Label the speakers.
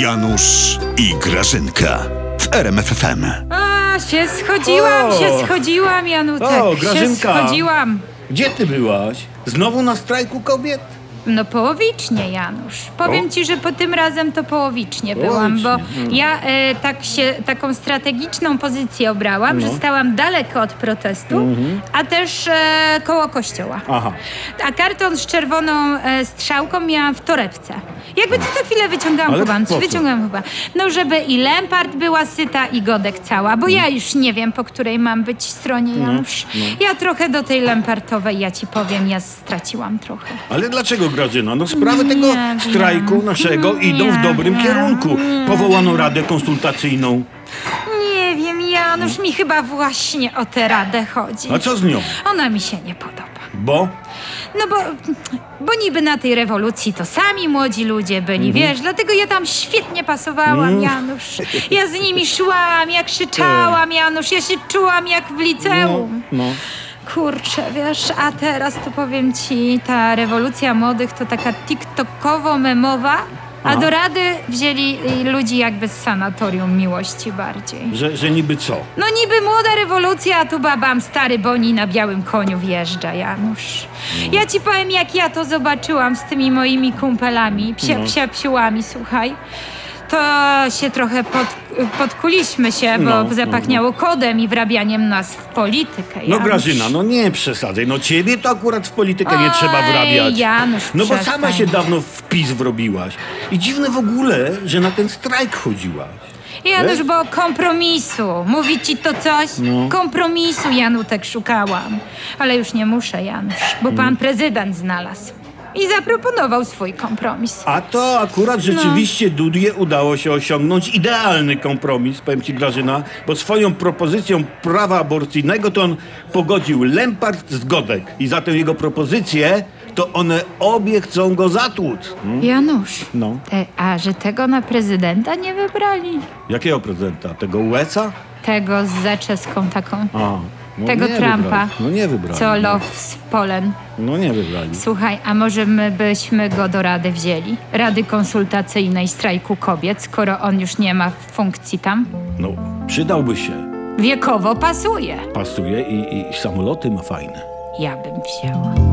Speaker 1: Janusz i Grażynka w RMFFM.
Speaker 2: A, się schodziłam,
Speaker 3: O!
Speaker 2: się schodziłam, Janutek.
Speaker 3: O,
Speaker 2: się
Speaker 3: Grażynka.
Speaker 2: schodziłam.
Speaker 3: Gdzie ty byłaś? Znowu na strajku kobiet?
Speaker 2: No połowicznie, Janusz. Powiem ci, że po tym razem to połowicznie byłam, bo
Speaker 3: Hmm.
Speaker 2: ja e, tak się, taką strategiczną pozycję obrałam,
Speaker 3: No.
Speaker 2: że stałam daleko od protestu,
Speaker 3: Mhm.
Speaker 2: a też e, koło kościoła.
Speaker 3: Aha.
Speaker 2: A karton z czerwoną e, strzałką miałam w torebce. Jakby to co chwilę wyciągałam
Speaker 3: Ale
Speaker 2: chyba,
Speaker 3: po co?
Speaker 2: wyciągałam chyba. No żeby i Lempart była syta i Godek cała, bo ja już nie wiem, po której mam być stronie,
Speaker 3: No,
Speaker 2: Janusz. Ja trochę do tej Lempartowej, ja ci powiem, ja straciłam trochę.
Speaker 3: Ale dlaczego Grażyna? No sprawy tego
Speaker 2: wiem.
Speaker 3: strajku naszego idą w dobrym
Speaker 2: wiem.
Speaker 3: kierunku. Powołano radę konsultacyjną.
Speaker 2: Nie wiem, Janusz, mi chyba właśnie o tę radę chodzi.
Speaker 3: A co z nią?
Speaker 2: Ona mi się nie podoba.
Speaker 3: Bo?
Speaker 2: No bo, bo niby na tej rewolucji to sami młodzi ludzie byli, wiesz, dlatego ja tam świetnie pasowałam, Janusz. Ja z nimi szłam, ja krzyczałam, Janusz, ja się czułam jak w liceum.
Speaker 3: no.
Speaker 2: Kurczę, wiesz, a teraz to powiem ci, ta rewolucja młodych to taka tiktokowo-memowa, a do rady wzięli y, ludzi jakby z sanatorium miłości bardziej.
Speaker 3: Że, że niby co?
Speaker 2: No niby młoda rewolucja, a tu babam stary Boni na białym koniu wjeżdża, Janusz. Ja ci powiem, jak ja to zobaczyłam z tymi moimi kumpelami, psia,
Speaker 3: No.
Speaker 2: psia psiłami, słuchaj. To się trochę pod, podkuliśmy się, bo
Speaker 3: No, no,
Speaker 2: zapachniało kodem i wrabianiem nas w politykę.
Speaker 3: No
Speaker 2: Janusz.
Speaker 3: Grażyna, no nie przesadzaj. No ciebie to akurat w politykę nie trzeba
Speaker 2: Oj,
Speaker 3: wrabiać.
Speaker 2: Janusz,
Speaker 3: no bo
Speaker 2: przestań.
Speaker 3: sama się dawno w PiS wrobiłaś. I dziwne w ogóle, że na ten strajk chodziłaś.
Speaker 2: Janusz,
Speaker 3: Wiesz?
Speaker 2: bo kompromisu. Mówi ci to coś?
Speaker 3: No.
Speaker 2: Kompromisu, Janutek, szukałam. Ale już nie muszę, Janusz,
Speaker 3: Mm.
Speaker 2: bo pan prezydent znalazł. I zaproponował swój kompromis.
Speaker 3: A to akurat
Speaker 2: No.
Speaker 3: rzeczywiście Dudzie udało się osiągnąć idealny kompromis, powiem ci Grażyna, bo swoją propozycją prawa aborcyjnego to on pogodził Lempart z Godek i za tę jego propozycję to one obie chcą go zatłuc.
Speaker 2: Janusz,
Speaker 3: No.
Speaker 2: te, a że tego na prezydenta nie wybrali?
Speaker 3: Jakiego prezydenta? Tego USA?
Speaker 2: Tego z zaczeską taką.
Speaker 3: A, no
Speaker 2: Tego
Speaker 3: nie
Speaker 2: Trumpa.
Speaker 3: wybrali. No nie wybrali.
Speaker 2: Co
Speaker 3: no.
Speaker 2: love z Polen.
Speaker 3: No nie wybrali.
Speaker 2: Słuchaj, a może my byśmy go do rady wzięli? Rady konsultacyjnej strajku kobiet, skoro on już nie ma funkcji tam?
Speaker 3: No przydałby się.
Speaker 2: Wiekowo pasuje.
Speaker 3: Pasuje i, i, i samoloty ma fajne.
Speaker 2: Ja bym wzięła.